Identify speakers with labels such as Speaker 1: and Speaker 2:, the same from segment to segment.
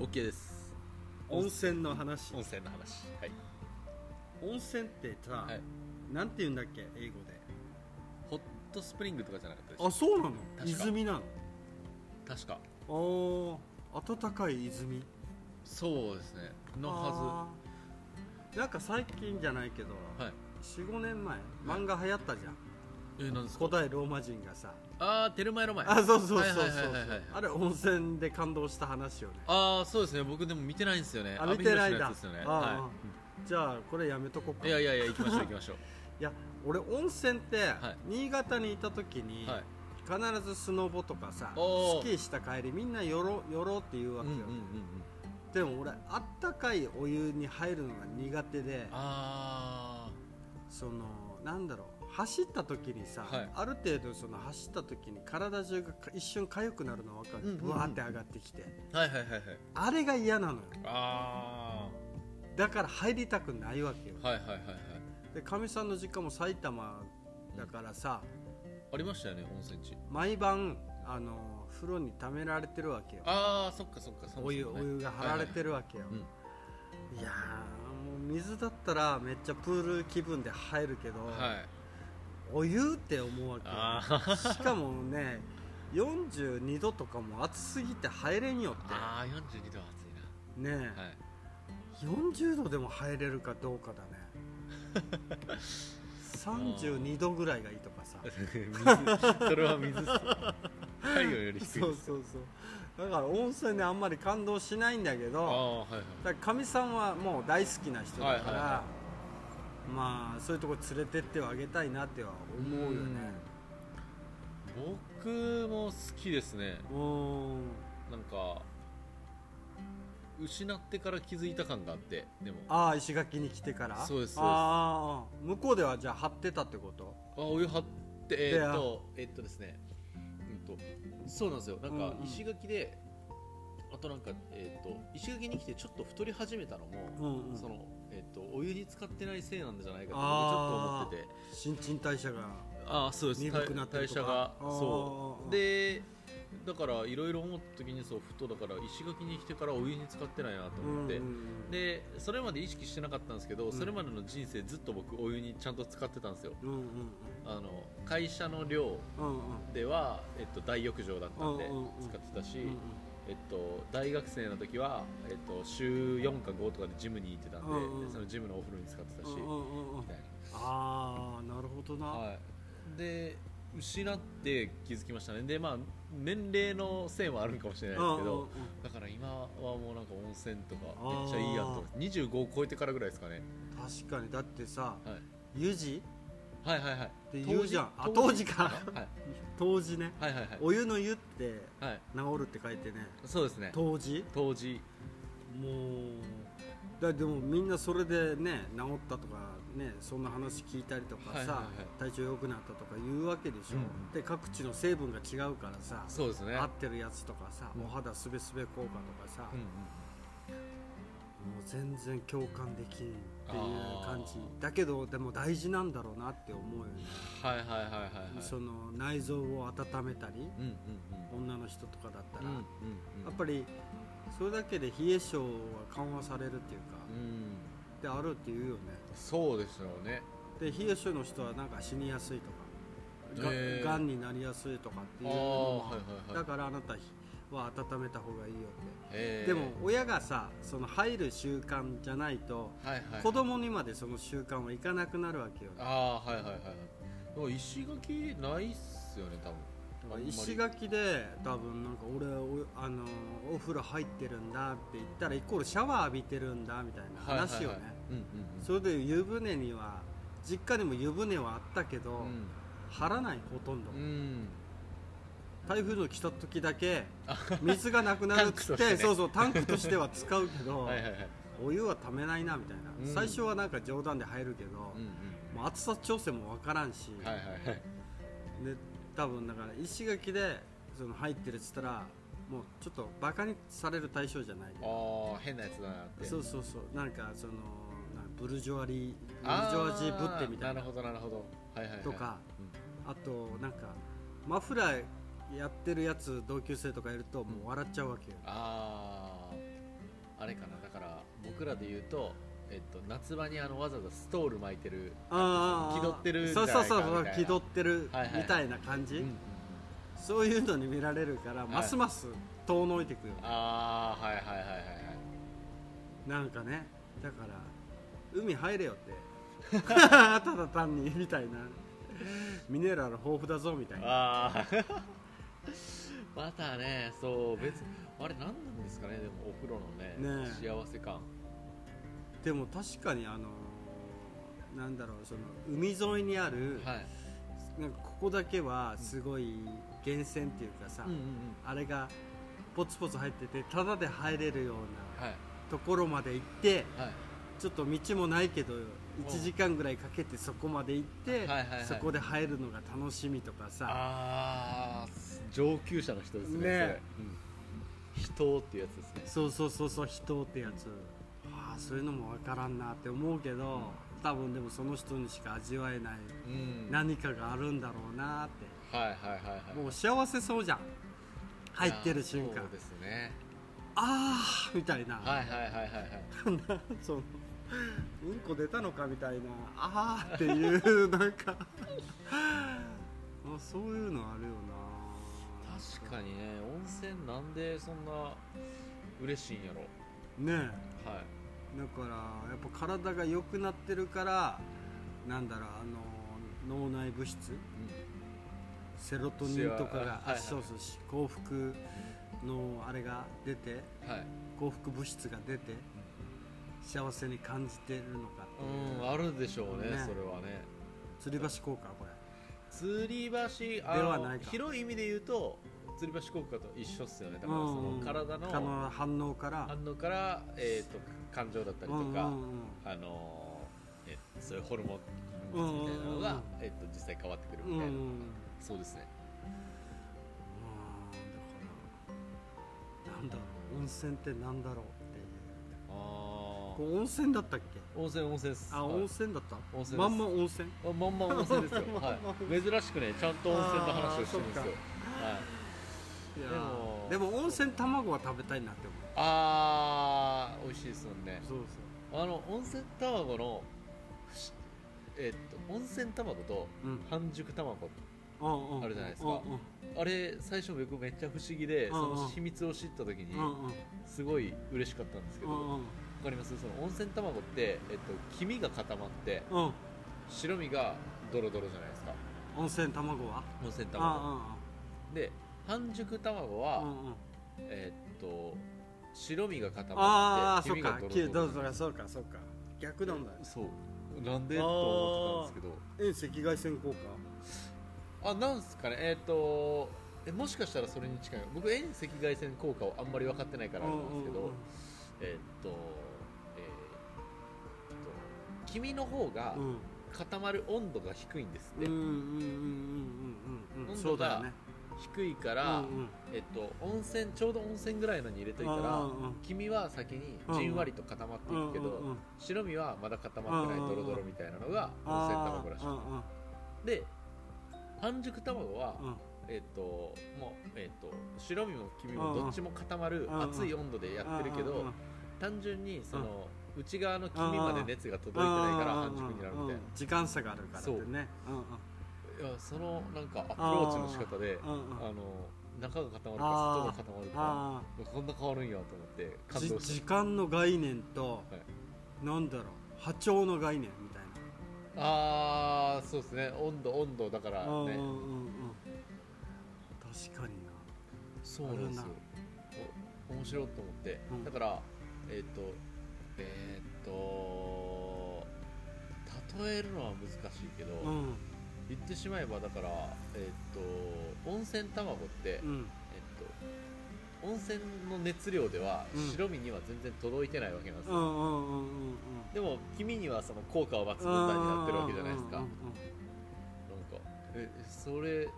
Speaker 1: OK です
Speaker 2: 温泉の話
Speaker 1: 温泉の話はい、
Speaker 2: 温泉ってさ、
Speaker 1: はい、
Speaker 2: なんて言うんだっけ英語で
Speaker 1: ホットスプリングとかじゃなかった
Speaker 2: あ
Speaker 1: で
Speaker 2: そうなの
Speaker 1: か
Speaker 2: 泉な
Speaker 1: す確か
Speaker 2: のああ暖かい泉
Speaker 1: そうですねのは
Speaker 2: はずなんか最近じゃないけど、
Speaker 1: ずはい
Speaker 2: 45年前漫画流行ったじゃん、
Speaker 1: えー、なんですか
Speaker 2: 古代ローマ人がさ
Speaker 1: ああテルマエロマエ
Speaker 2: あそうそうそう
Speaker 1: はい
Speaker 2: そう
Speaker 1: はいはいはいはい
Speaker 2: あれ温泉で感動した話よね
Speaker 1: ああそうですね僕でも見てないんですよね
Speaker 2: あ見てな
Speaker 1: 阿部寛
Speaker 2: いん
Speaker 1: の
Speaker 2: だ
Speaker 1: やつですよね
Speaker 2: ああ
Speaker 1: は
Speaker 2: じゃあこれやめとこう
Speaker 1: い
Speaker 2: か
Speaker 1: いやいやいや行きましょう行きましょ
Speaker 2: いや俺温泉って、
Speaker 1: い
Speaker 2: 新潟にいた時に、
Speaker 1: うはい
Speaker 2: 必ずスノボとかさ
Speaker 1: おー
Speaker 2: スキーした帰りみんな寄ろ寄ろうって言うわ
Speaker 1: うん
Speaker 2: け
Speaker 1: う
Speaker 2: よ
Speaker 1: ん、うんうん
Speaker 2: でも俺あったかいお湯に入るのが苦手で
Speaker 1: あ
Speaker 2: そのなんだろう走った時にさ、
Speaker 1: はい
Speaker 2: ある程度その走った時に体中が一瞬痒くなるの分かる、
Speaker 1: うんうんうん
Speaker 2: ブワーって上がってきて
Speaker 1: あはいはいはいはい
Speaker 2: あれが嫌なのよ
Speaker 1: あ
Speaker 2: だから入りたくないわけよ
Speaker 1: あはいはいはいはい
Speaker 2: でかみさんの実家も埼玉だからさ、
Speaker 1: ありましたよね温泉地
Speaker 2: 毎晩あの風呂に溜められてるわけよ
Speaker 1: ああそっかそっかそもそも
Speaker 2: お湯
Speaker 1: ね
Speaker 2: お湯が張られてるわけよ、
Speaker 1: はいはい
Speaker 2: いやーもう水だったらめっちゃプール気分で入るけど、
Speaker 1: はい
Speaker 2: お湯って思うわけよ
Speaker 1: あー
Speaker 2: しかもね42度とかも暑すぎて入れんよっ
Speaker 1: あー42度は暑い
Speaker 2: て
Speaker 1: な
Speaker 2: ね
Speaker 1: はい
Speaker 2: え、40度でも入れるかどうかだね 32度ぐらいがいいとかさ
Speaker 1: 水それは水っす太陽より低いです
Speaker 2: そうそうそうだから温泉にあんまり感動しないんだけ
Speaker 1: あ
Speaker 2: ど
Speaker 1: あはいはい
Speaker 2: だからかみさんはもう大好きな人だから、
Speaker 1: はいはいは
Speaker 2: まあそういうとこ連れてってはあげたいなっては思うよね
Speaker 1: 僕も好きですね
Speaker 2: うん
Speaker 1: なんか失ってから気づいた感があってでもあ
Speaker 2: ああ石垣に来てから
Speaker 1: そうですそうです
Speaker 2: ああ向こうではじゃあ張ってたってこと
Speaker 1: お湯張ってえ
Speaker 2: で
Speaker 1: ーっとえーっとですねうんとそうなんですよなん
Speaker 2: う
Speaker 1: か
Speaker 2: んうん
Speaker 1: 石垣で、あとなんかえーっと石垣に来てちょっと太り始めたのも、
Speaker 2: うんうん
Speaker 1: そのえーっとお湯に浸かってないせいなんじゃないかと僕ちょっと思
Speaker 2: あー
Speaker 1: ってて
Speaker 2: 新陳代謝が
Speaker 1: ああそうです
Speaker 2: 鈍くなってる
Speaker 1: 代
Speaker 2: と
Speaker 1: 謝
Speaker 2: か
Speaker 1: がそう
Speaker 2: う
Speaker 1: でだからいろいろ思った時にそうふとだから石垣に来てからお湯に浸かってないなと思って、でそれまで意識してなかったんですけど、
Speaker 2: ん
Speaker 1: それまでの人生ずっと僕お湯にちゃんと使ってたんですよ
Speaker 2: うんうん
Speaker 1: あの会社の寮
Speaker 2: うんうん
Speaker 1: では、えっと、大浴場だったんで
Speaker 2: うんうんうん
Speaker 1: 使ってたし、
Speaker 2: うんうん
Speaker 1: えっと、大学生の時は、えっと、週4か5とかでジムに行ってたんで、
Speaker 2: うんうん
Speaker 1: でそのジムのお風呂に使ってたし、
Speaker 2: うんうんうんうん
Speaker 1: みたいな
Speaker 2: ああなるほどな、
Speaker 1: はい、で失って気づきましたねでまあ年齢のせいもあるんかもしれないですけ
Speaker 2: うんうんう
Speaker 1: ど
Speaker 2: ん
Speaker 1: だから今はもうなんか温泉とかめっちゃいいやと25を超えてからぐらいですかね、
Speaker 2: 確かにだってさ
Speaker 1: はい、
Speaker 2: 湯治
Speaker 1: はいはいはい
Speaker 2: で言うじゃんあ
Speaker 1: 当
Speaker 2: 当
Speaker 1: 時
Speaker 2: 時か湯治ね
Speaker 1: はい、はいはいは
Speaker 2: お湯の湯って
Speaker 1: いはい
Speaker 2: 治るって書いてね
Speaker 1: そうですね
Speaker 2: 湯治
Speaker 1: 当時
Speaker 2: もうだでもみんなそれでね治ったとかねそんな話聞いたりとかさ、
Speaker 1: はいはいは
Speaker 2: 体調良くなったとか言うわけでしょ、
Speaker 1: うん
Speaker 2: で各地の成分が違うからさ、
Speaker 1: そうですね
Speaker 2: 合ってるやつとかさ、
Speaker 1: うん
Speaker 2: お肌すべすべ効果とかさ、
Speaker 1: うん
Speaker 2: もう全然共感できんっていう感じ
Speaker 1: あ
Speaker 2: だけどでも大事なんだろうなって思うよね、
Speaker 1: うん、はいはいはいはいはい
Speaker 2: その内臓を温めたり
Speaker 1: うんうん
Speaker 2: 女の人とかだった
Speaker 1: うんう
Speaker 2: ら、
Speaker 1: んうん
Speaker 2: やっぱりそれだけで冷え性は緩和されるっていうか、
Speaker 1: うん
Speaker 2: であるっていうよね
Speaker 1: そうですよね
Speaker 2: で冷え性の人はなんか死にやすいとかが,、
Speaker 1: へー
Speaker 2: んになりやすいとかっていうのも
Speaker 1: あーはいはいはい
Speaker 2: だからあなたは温めた方がいいよって、
Speaker 1: えー
Speaker 2: でも親がさその入る習慣じゃないと、
Speaker 1: はいはい
Speaker 2: 子供にまでその習慣はいかなくなるわけよね
Speaker 1: ああはいはいはいはいでも石垣ないっすよね多分あんまり
Speaker 2: 石垣で多分なんか俺おあのお風呂入ってるんだって言ったらイコールシャワー浴びてるんだみたいな話よね、
Speaker 1: はいはいはいうんうんうん
Speaker 2: それで湯船には実家にも湯船はあったけど、張らないほとんど、
Speaker 1: うん、うん、
Speaker 2: 台風の来た時だけ水がなくなるっつって
Speaker 1: タンクとしてね
Speaker 2: そうそうタンクとしては使うけど
Speaker 1: はいはいはい
Speaker 2: お湯はためないなみたいな、
Speaker 1: うん
Speaker 2: 最初はなんか冗談で入るけど、
Speaker 1: うん
Speaker 2: もう暑さ調整もわからんし、
Speaker 1: うんはいはいはい
Speaker 2: で多分だから石垣でその入ってるっつったらもうちょっとバカにされる対象じゃない
Speaker 1: ああ変なやつだなって
Speaker 2: そううそうそうなんかそのなんブルジョワリーブルジョワジーぶってみたいな
Speaker 1: なるほどなるほどはいはいはい
Speaker 2: とか
Speaker 1: うん
Speaker 2: あとなんかマフラーやってるやつ同級生とかいるともう笑っちゃうわけよ、
Speaker 1: あああれかなだから僕らで言うと、えっと、夏場にあのわざわざストール巻いてる
Speaker 2: あー
Speaker 1: 気取ってるんじ
Speaker 2: そ
Speaker 1: ゃ
Speaker 2: う
Speaker 1: ないか
Speaker 2: そうそうそ
Speaker 1: み
Speaker 2: う
Speaker 1: たいな
Speaker 2: 気取ってる
Speaker 1: はいはい
Speaker 2: みたいな感じ、
Speaker 1: うんうんうん
Speaker 2: そういうのに見られるから、
Speaker 1: い
Speaker 2: ますます遠のいてくよ
Speaker 1: ああはいはいはいはいはい
Speaker 2: なんかねだから海入れよって ただ単にみたいなミネラル豊富だぞみたいな
Speaker 1: ああ またねそう別にあれ何なんですかねでもお風呂のね
Speaker 2: ねえ
Speaker 1: 幸せ感
Speaker 2: でも確かにあのーなんだろうその海沿いにある、
Speaker 1: はい
Speaker 2: なんかここだけはすごい源泉っていうかさ、
Speaker 1: うんうん
Speaker 2: あれがポツポツ入っててただで入れるよう
Speaker 1: うん
Speaker 2: な
Speaker 1: はい
Speaker 2: ところまで行って
Speaker 1: はい
Speaker 2: ちょっと道もないけど1時間ぐらいかけてそこまで行って、
Speaker 1: はいはいはい
Speaker 2: そこで入るのが楽しみとかさ
Speaker 1: ああ上級者の人ですね
Speaker 2: ねえ
Speaker 1: それうん、人っていうやつですね
Speaker 2: そうそうそうそう人ってやつ、ああそういうのも分からんなって思うけど、多分でもその人にしか味わえない
Speaker 1: うん
Speaker 2: 何かがあるんだろうなって、
Speaker 1: はいはいはいはい
Speaker 2: もう幸せそうじゃん入ってる瞬
Speaker 1: いや
Speaker 2: 間
Speaker 1: そうですね
Speaker 2: ああみたいな、
Speaker 1: はいはいはいはいはい
Speaker 2: な そのうんこ出たのかみたいなああっていうな んかあそういうのあるよな
Speaker 1: 確かにね温泉なんでそんな嬉しいんやろ
Speaker 2: ねえ
Speaker 1: はい
Speaker 2: だからやっぱ体が良くなってるからなんだろうあの脳内物質セロトニンと
Speaker 1: 幸
Speaker 2: か
Speaker 1: せ
Speaker 2: が、
Speaker 1: はいはい
Speaker 2: そうそうし幸福のあれが出て
Speaker 1: はい
Speaker 2: 幸福物質が出て幸せに感じてるのかっていう
Speaker 1: うんあるでしょうね
Speaker 2: ね
Speaker 1: それはね
Speaker 2: 吊り橋効果これ
Speaker 1: 吊り橋
Speaker 2: で
Speaker 1: あ
Speaker 2: は
Speaker 1: の
Speaker 2: ないか
Speaker 1: 広い意味で言うと吊り橋効果と一緒っすよねだからそ
Speaker 2: うん
Speaker 1: の体
Speaker 2: あ
Speaker 1: の
Speaker 2: の反応から
Speaker 1: 反応から、えー、と感情だったりとか、
Speaker 2: うんうんうん
Speaker 1: あのーえそういうホルモン
Speaker 2: うんうんうん
Speaker 1: みたいなのが、えっと実際変わってくる
Speaker 2: うん
Speaker 1: み
Speaker 2: う
Speaker 1: たい
Speaker 2: ん
Speaker 1: な、そうですね
Speaker 2: だからなんだろう温泉ってなんだろうっていう
Speaker 1: あ
Speaker 2: これ温泉だったっけ
Speaker 1: 温泉温泉です
Speaker 2: あ、
Speaker 1: はい
Speaker 2: 温泉だった
Speaker 1: 温泉です
Speaker 2: まんま温泉
Speaker 1: あまんま温泉ですよ
Speaker 2: まんま
Speaker 1: はい珍しくねちゃんと温泉の話をしてるんですよ
Speaker 2: あーそっ
Speaker 1: はい
Speaker 2: いや
Speaker 1: でも
Speaker 2: ーでも温泉卵は食べたいなって思う
Speaker 1: あー美味しいですもんね
Speaker 2: そう
Speaker 1: あの温泉卵のしえっと温泉卵と
Speaker 2: そううん
Speaker 1: 半熟卵
Speaker 2: うんうん
Speaker 1: あるじゃないですかあれ最初僕めっちゃ不思議で
Speaker 2: うん
Speaker 1: そ
Speaker 2: うん
Speaker 1: の秘密を知った時に
Speaker 2: うんうんうん
Speaker 1: すごい嬉しかったんですけ
Speaker 2: う
Speaker 1: どわ
Speaker 2: んうん
Speaker 1: かりますその温泉卵って、えっと、黄身が固まって
Speaker 2: うん
Speaker 1: 白身がドロドロじゃないですか
Speaker 2: 温泉卵は
Speaker 1: 温泉
Speaker 2: うん
Speaker 1: 卵で半熟卵は、
Speaker 2: うんうんうん
Speaker 1: えっと白身が固ま
Speaker 2: あ
Speaker 1: っ
Speaker 2: あ
Speaker 1: て
Speaker 2: そ
Speaker 1: 黄
Speaker 2: っ
Speaker 1: 身
Speaker 2: か
Speaker 1: がド
Speaker 2: きれ
Speaker 1: ロ
Speaker 2: い
Speaker 1: ド
Speaker 2: ど
Speaker 1: ロ
Speaker 2: うぞそうかそうか逆なんだよ
Speaker 1: そうなんでと思ってたんですけど
Speaker 2: 遠赤外線効果
Speaker 1: あなんすかねえっ、とえもしかしたらそれに近い僕遠赤外線効果をあんまり分かってないからあれなんですけど、
Speaker 2: うんうんうん
Speaker 1: えっ、とえーっと黄身の方が
Speaker 2: うん
Speaker 1: 固まる温度が低いんですっ
Speaker 2: うん
Speaker 1: て、
Speaker 2: うんうんうんうんうんそうだよね
Speaker 1: 低いから、えっと、温泉ちょうど温泉ぐらいのに入れといたら、黄身は先にじんわりと固まっていくけど、白身はまだ固まってないドロドロみたいなのが温泉卵らしいで半熟卵は、えっともうえっと白身も黄身もどっちも固まる
Speaker 2: うんうん
Speaker 1: 熱い温度でやってるけど単純にその内側の黄身まで熱が届いてないから半熟になるみたいな
Speaker 2: 時間差があるからってね
Speaker 1: いやそのなんかアプローチの仕方で
Speaker 2: うんうん
Speaker 1: あの中が固まるか
Speaker 2: あー
Speaker 1: 外が固まるか
Speaker 2: あ
Speaker 1: こんな変わるんやと思って
Speaker 2: あ
Speaker 1: 感動し
Speaker 2: 時間の概念となんだろう波長の概念みたい
Speaker 1: たああそうですね温度温度だから
Speaker 2: なうんうんう
Speaker 1: ね
Speaker 2: ん確かにな
Speaker 1: そうなんですよお面白いと思って、
Speaker 2: うん
Speaker 1: だからえっ、とえっ、と例えるのは難しいけど、
Speaker 2: うん
Speaker 1: 言ってしまえばだからえっ、と温泉卵って、
Speaker 2: う
Speaker 1: えっ、
Speaker 2: ん
Speaker 1: と温泉の熱量では
Speaker 2: うん
Speaker 1: 白身には全然届いてないわけなんです
Speaker 2: う
Speaker 1: よ、
Speaker 2: んうんうんうん
Speaker 1: でも黄身にはその効果を抜群体になってるわけじゃないですか、なんかえそれなんか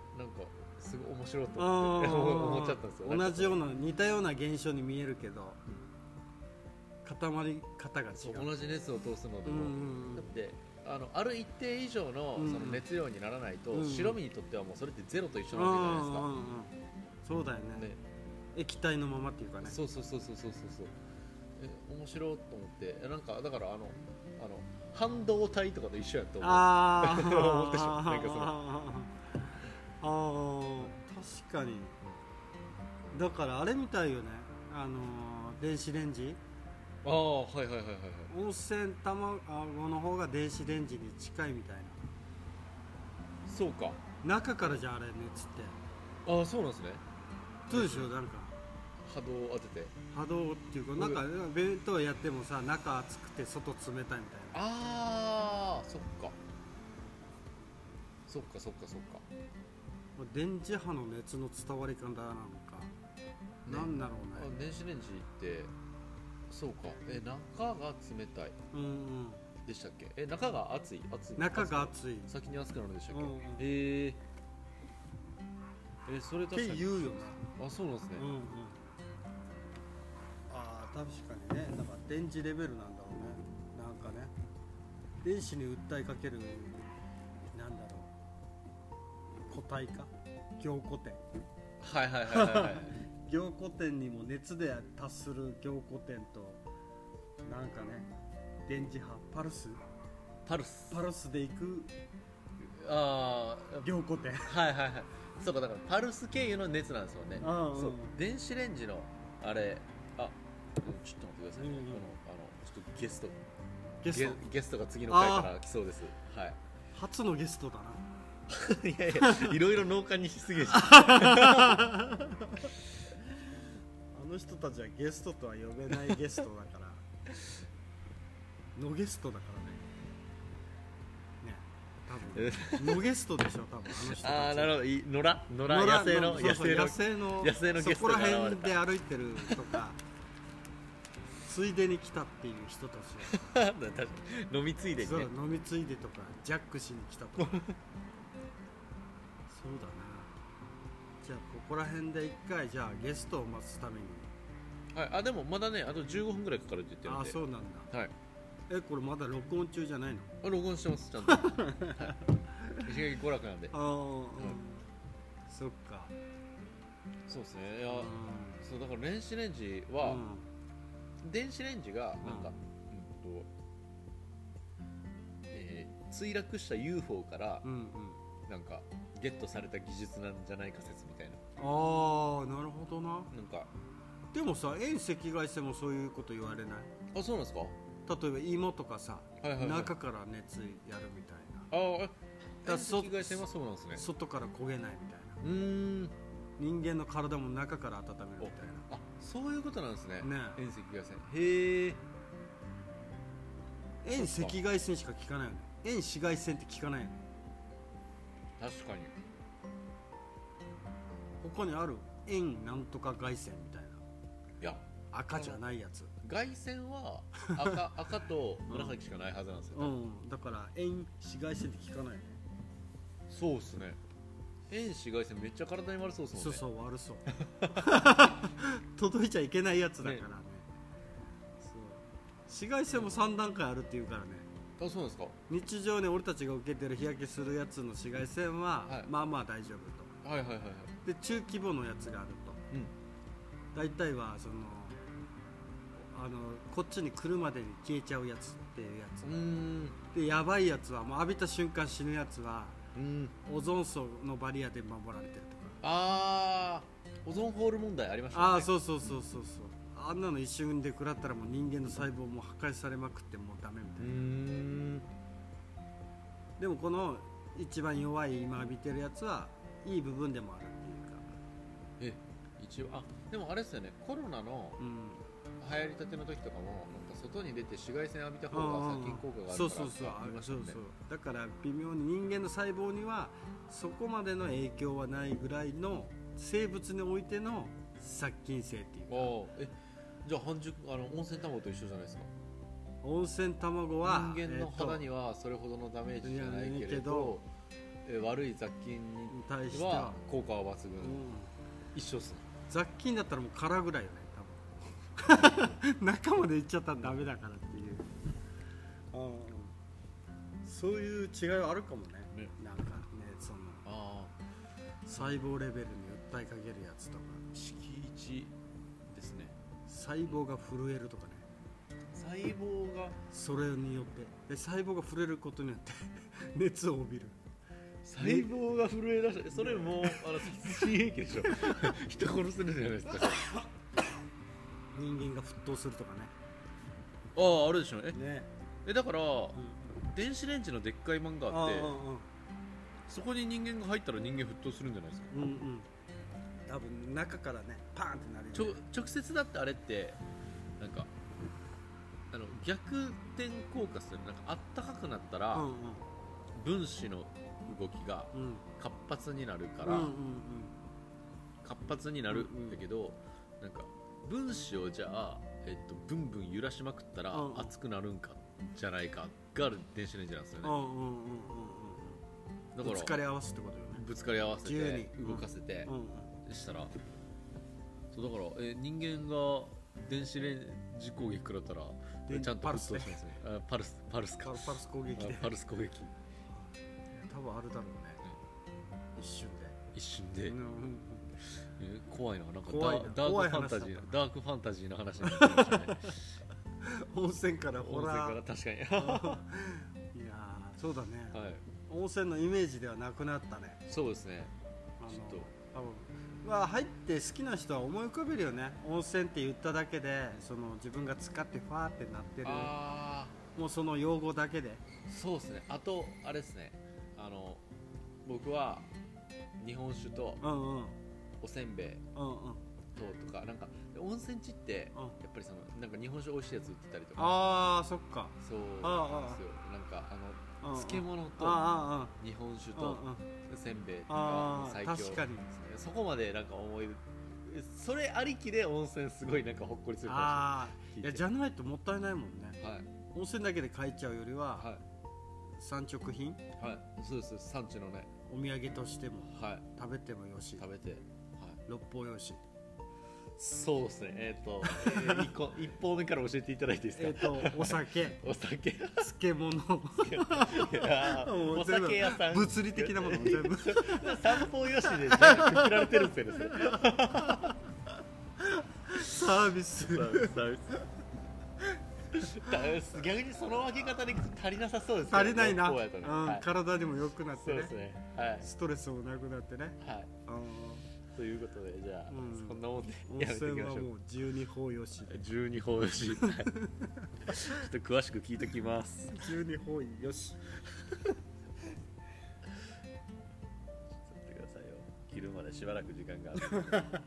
Speaker 1: すごい面白いと思って 思っちゃったんですよ
Speaker 2: 同じような似たような現象に見えるけど固まり方が違
Speaker 1: そう
Speaker 2: う
Speaker 1: 同じ熱を通すので
Speaker 2: うん
Speaker 1: も、
Speaker 2: うん
Speaker 1: だってあのある一定以上の
Speaker 2: うん
Speaker 1: その熱量にならないと、
Speaker 2: うん
Speaker 1: 白身にとってはもうそれってゼロと一緒
Speaker 2: うん
Speaker 1: な
Speaker 2: う
Speaker 1: わけじゃ
Speaker 2: んうん
Speaker 1: な
Speaker 2: う
Speaker 1: い
Speaker 2: んそうだよね
Speaker 1: ですか、ね
Speaker 2: 液体のままっていうかね
Speaker 1: そうそうそうそうそうそうそうえ面白いと思ってえなんかだからあのあの半導体とかと一緒やと思う
Speaker 2: ああ
Speaker 1: 思ってしまうなんかその
Speaker 2: あー確かにだからあれみたいよねあのー電子レンジ
Speaker 1: ああはいはいはいはいはい
Speaker 2: 温泉卵の方が電子レンジに近いみたい
Speaker 1: そうか
Speaker 2: な中からじゃああれ熱って
Speaker 1: ああそうなんですね
Speaker 2: どうでしょうなんか
Speaker 1: 波動を当てて
Speaker 2: 波動っていうかなんか弁当やってもさ中熱くて外冷たいみたいな
Speaker 1: ああそっかそっかそっかそっか、
Speaker 2: もう電磁波の熱の伝わり方なのか、
Speaker 1: ね
Speaker 2: なんだろ
Speaker 1: あ
Speaker 2: うね
Speaker 1: 電子レンジってそうかえ中が冷たい
Speaker 2: うんうん
Speaker 1: でしたっけえ中が熱い熱い
Speaker 2: 中が熱いっ
Speaker 1: 熱い先に熱くなるでしたっけ、
Speaker 2: うんうん
Speaker 1: えーえそれ
Speaker 2: て
Speaker 1: 確か
Speaker 2: 言う
Speaker 1: に
Speaker 2: よね
Speaker 1: あそうなんですね、
Speaker 2: うんうんああ確かにねだから電磁レベルなんだろうねなんかね電子に訴えかけるなんだろう個体化凝固点
Speaker 1: はいはいはいはいは い
Speaker 2: 凝固点にも熱で達する凝固点となんかね電磁波パルス
Speaker 1: パルス
Speaker 2: パルスでいく
Speaker 1: ああ
Speaker 2: 凝固点
Speaker 1: はいはいはいそうかだからパルス経由の熱なんですもんね
Speaker 2: うんうん
Speaker 1: そう電子レンジのあれあちょっと待ってくださいね、
Speaker 2: うんうん
Speaker 1: このあのちょっとゲスト
Speaker 2: ゲスト
Speaker 1: ゲゲストが次の回から来そうですはい
Speaker 2: 初のゲストだな
Speaker 1: い やいやいろいろ脳幹にしすぎるし
Speaker 2: あの人たちはゲストとは呼べないゲストだからノゲストだからねね多分ノゲストでしょ多分あの人たち
Speaker 1: ああなるほどい野良野良
Speaker 2: 野
Speaker 1: 野
Speaker 2: 良
Speaker 1: 生
Speaker 2: そ
Speaker 1: の
Speaker 2: う
Speaker 1: 野
Speaker 2: そう
Speaker 1: 生の
Speaker 2: 野生の
Speaker 1: 野生のゲスト
Speaker 2: そ
Speaker 1: が現れ
Speaker 2: こら
Speaker 1: た
Speaker 2: 辺で歩いてると かついでに来たっていう人たち
Speaker 1: 確かに飲みついでに
Speaker 2: そう
Speaker 1: ね
Speaker 2: 飲みついでとかジャックしに来 たとかそうだなじゃあここら辺で一回じゃあゲストを待つために
Speaker 1: はいあでもまだねあと15分ぐらいかかるって言ってるん
Speaker 2: あ
Speaker 1: で
Speaker 2: あそうなんだ
Speaker 1: はい
Speaker 2: えこれまだ録音中じゃないの
Speaker 1: あ録音してますち ゃんと、はい、石垣娯楽なんで
Speaker 2: ああ、うんそっか
Speaker 1: そうですねいや
Speaker 2: うん
Speaker 1: そうだから電子レンジ
Speaker 2: う
Speaker 1: は、
Speaker 2: ん
Speaker 1: 電子レンジがなん
Speaker 2: う
Speaker 1: か、うんとえー墜落した UFO から
Speaker 2: うんうん
Speaker 1: なんかゲットされた技術なんじゃないか説みたいな
Speaker 2: ああなるほどな
Speaker 1: なんか
Speaker 2: でもさ遠赤外線もそういうこと言われない
Speaker 1: あそうなんですかは
Speaker 2: 例えば芋とかさ、
Speaker 1: いはい、はい、
Speaker 2: 中から熱やるみたい
Speaker 1: あーえ
Speaker 2: らそ
Speaker 1: 赤外線はそうなんですね
Speaker 2: な外から焦げないみたいな
Speaker 1: うーん
Speaker 2: 人間の体も中から温めるみたい
Speaker 1: あそういうことなんですね
Speaker 2: ね
Speaker 1: 遠赤外線へえ
Speaker 2: な遠赤外線しか効かないよね遠紫外線って効かないよね
Speaker 1: 確かに
Speaker 2: 他にある遠なんとか外線みたい
Speaker 1: いや
Speaker 2: な赤じゃないやつ
Speaker 1: 外線は 赤赤と
Speaker 2: ん
Speaker 1: 紫しかないはずなんですよ、
Speaker 2: うんだから遠紫外線って効かないよね
Speaker 1: そうっすね遠紫外線めっちゃ体に悪そうっすもんね
Speaker 2: そうそう悪そう届いちゃいけないやつだからね
Speaker 1: ね
Speaker 2: そう紫外線も3段階あるっていうからね
Speaker 1: あそうなんですか
Speaker 2: 日常ね俺たちが受けてる日焼けするやつの紫外線は、
Speaker 1: はい
Speaker 2: まあまあ大丈夫
Speaker 1: はいはいはいはい
Speaker 2: とで中規模のやつがあると
Speaker 1: うん
Speaker 2: 大体はそのあのこっちに来るまでに消えちゃうやつっていうや
Speaker 1: うーん
Speaker 2: つでやばいやつはもう浴びた瞬間死ぬやつは
Speaker 1: うん
Speaker 2: オゾン層のバリアで守られてるとか
Speaker 1: あーオゾンホール問題ありましたね
Speaker 2: ああ
Speaker 1: う
Speaker 2: そうそうそうそうそうあんなの一瞬で食らったらもう人間の細胞も破壊されまくってもうダメみ
Speaker 1: ー
Speaker 2: たいなんでもこの一番弱い今浴びてるやつはいい部分でもあるっていうか
Speaker 1: え一応あでもあれですよねコロナの
Speaker 2: うん
Speaker 1: 流行りたての時とかもなんか外に出て紫外線浴びた方が殺菌効果があるから
Speaker 2: そうそうそう
Speaker 1: ありました
Speaker 2: そ
Speaker 1: よ
Speaker 2: う
Speaker 1: ね
Speaker 2: そうだから微妙に人間の細胞にはそこまでの影響はないぐらいの生物においての殺菌性っていうか
Speaker 1: おーえじゃあ半熟あの温泉卵と一緒じゃないですか
Speaker 2: 温泉卵
Speaker 1: 人
Speaker 2: は
Speaker 1: 間の肌に
Speaker 2: え
Speaker 1: はそれほどのダメージじゃないけれ
Speaker 2: いやけど
Speaker 1: どえ悪い雑菌
Speaker 2: ーと対し
Speaker 1: に
Speaker 2: て
Speaker 1: は
Speaker 2: は、
Speaker 1: 効果は抜群、
Speaker 2: うん、
Speaker 1: 一緒っすね
Speaker 2: 雑菌だったらもう殻ぐらいよね多分 中まで行っちゃったらダメだからっていうそういう違いはあるかもね
Speaker 1: ね
Speaker 2: なんかねその
Speaker 1: ああ
Speaker 2: 細胞レベルに訴えかけるやつとか
Speaker 1: 敷地ですね
Speaker 2: 細胞が震えるとかね
Speaker 1: 細胞が
Speaker 2: それによってで細胞が触れることによって 熱を帯びる
Speaker 1: 細胞が震え出してそれもうあの殺人兵器でしょ 人殺せるじゃないですかあ
Speaker 2: 人間が沸騰するとか
Speaker 1: ああれでしょえ
Speaker 2: ねね、
Speaker 1: えだから
Speaker 2: うん
Speaker 1: 電子レンジのでっかい漫画あ
Speaker 2: あ
Speaker 1: っ
Speaker 2: あ
Speaker 1: て
Speaker 2: うん
Speaker 1: そこに人間が入ったら人間沸騰するんじゃないですか
Speaker 2: うんうん多分中からねパーンってなるよね
Speaker 1: ちょ直接だってあれってなんかあの逆転効果するなんかあったかくなったら、
Speaker 2: うんうん
Speaker 1: 分子の動きが
Speaker 2: うん
Speaker 1: 活発になるか
Speaker 2: うん
Speaker 1: ら、
Speaker 2: うん
Speaker 1: 活発になるんだけど、なんか分子をじゃあ、えっと、ブンブン揺らしまくったら
Speaker 2: うんうん
Speaker 1: 熱くなるんかじゃないかが電子レンジなんですよ
Speaker 2: う
Speaker 1: ね
Speaker 2: んうんうんう
Speaker 1: だ
Speaker 2: んう
Speaker 1: か
Speaker 2: んぶ
Speaker 1: ら
Speaker 2: つかり合わせってことよね
Speaker 1: ぶつかり合わせ
Speaker 2: 自由
Speaker 1: て
Speaker 2: に
Speaker 1: 動かせて
Speaker 2: うんうん
Speaker 1: したらそうだからえ人間が電子レンジ攻撃食らったら
Speaker 2: 電
Speaker 1: ちゃんと
Speaker 2: パルス
Speaker 1: 沸
Speaker 2: ね
Speaker 1: 騰しますねあパルスパルス
Speaker 2: パ
Speaker 1: か
Speaker 2: ルパルス攻撃で
Speaker 1: あパルス攻撃
Speaker 2: 多分あるだろうね一瞬
Speaker 1: 一瞬
Speaker 2: で
Speaker 1: で、
Speaker 2: うんうんうん
Speaker 1: え怖いななんか
Speaker 2: 怖いな
Speaker 1: ダ
Speaker 2: 怖い
Speaker 1: ーダークファン
Speaker 2: 話だ
Speaker 1: タ
Speaker 2: った
Speaker 1: ジーなダークファンタジーな話になってきましたね
Speaker 2: 温泉から ほ
Speaker 1: 温泉
Speaker 2: ら
Speaker 1: から確かに
Speaker 2: いやーそうだね、
Speaker 1: はい
Speaker 2: 温泉のイメージではなくなったね
Speaker 1: そうですね
Speaker 2: あの
Speaker 1: ちょっと
Speaker 2: 多分まあ入って好きな人は思い浮かべるよね温泉って言っただけでその自分が使ってファーってなってる
Speaker 1: あ
Speaker 2: もうその用語だけで
Speaker 1: あそうですねあとあれですねあの僕は日本酒と
Speaker 2: うんうんうんうん
Speaker 1: おせんべいととかなんか温泉地って
Speaker 2: うん
Speaker 1: やっぱりそのなんか日本酒美味しいやつ売ってたりとか
Speaker 2: ああそっか
Speaker 1: そう
Speaker 2: あ
Speaker 1: なんですよなんかあの
Speaker 2: うんうん
Speaker 1: 漬物
Speaker 2: あ
Speaker 1: と
Speaker 2: あ
Speaker 1: 日本酒
Speaker 2: ああうん
Speaker 1: と
Speaker 2: うん
Speaker 1: せんべいと
Speaker 2: あ
Speaker 1: か
Speaker 2: ー
Speaker 1: 最強
Speaker 2: 確かに
Speaker 1: ですねそこまでなんか思い出それありきで温泉すごいなんかほっこりするか
Speaker 2: あ
Speaker 1: もし
Speaker 2: あい
Speaker 1: れな
Speaker 2: や
Speaker 1: い
Speaker 2: じゃないともったいないもんね
Speaker 1: 聞いてはい
Speaker 2: 温泉だけで書いちゃうよりは
Speaker 1: は
Speaker 2: 産直品
Speaker 1: いはいそうです産地のね
Speaker 2: お土産としても
Speaker 1: はい
Speaker 2: 食べてもよし
Speaker 1: 食べてはい
Speaker 2: 六方よし
Speaker 1: そうですね、えっ、 と、えー、一個一方目から教えていただいていいですか。
Speaker 2: えっと お酒
Speaker 1: お酒い
Speaker 2: 漬物
Speaker 1: やー
Speaker 2: も
Speaker 1: お
Speaker 2: う全部
Speaker 1: 酒屋さん
Speaker 2: 物理的なものも全 部
Speaker 1: 散歩よしで全部くくられてるんですよね
Speaker 2: サービス
Speaker 1: それサービスだ逆にその分け方でいくと足りなさそうですね
Speaker 2: 足りないな、
Speaker 1: こうやとね、
Speaker 2: うん
Speaker 1: はい、
Speaker 2: 体にも良くなって
Speaker 1: そう
Speaker 2: ね
Speaker 1: ですねはい、
Speaker 2: ストレスもなくなってね、
Speaker 1: はい、
Speaker 2: う
Speaker 1: ということでじゃあ、
Speaker 2: うん
Speaker 1: そんなもんで
Speaker 2: ん、温
Speaker 1: やめていき
Speaker 2: 泉
Speaker 1: ま
Speaker 2: は
Speaker 1: しょ
Speaker 2: も
Speaker 1: う
Speaker 2: う十二方よし
Speaker 1: 十二方よしはいちょっと詳しく聞いときます
Speaker 2: 十二方位よし
Speaker 1: ちょっと待ってくださいよ切るまでしばらく時間がある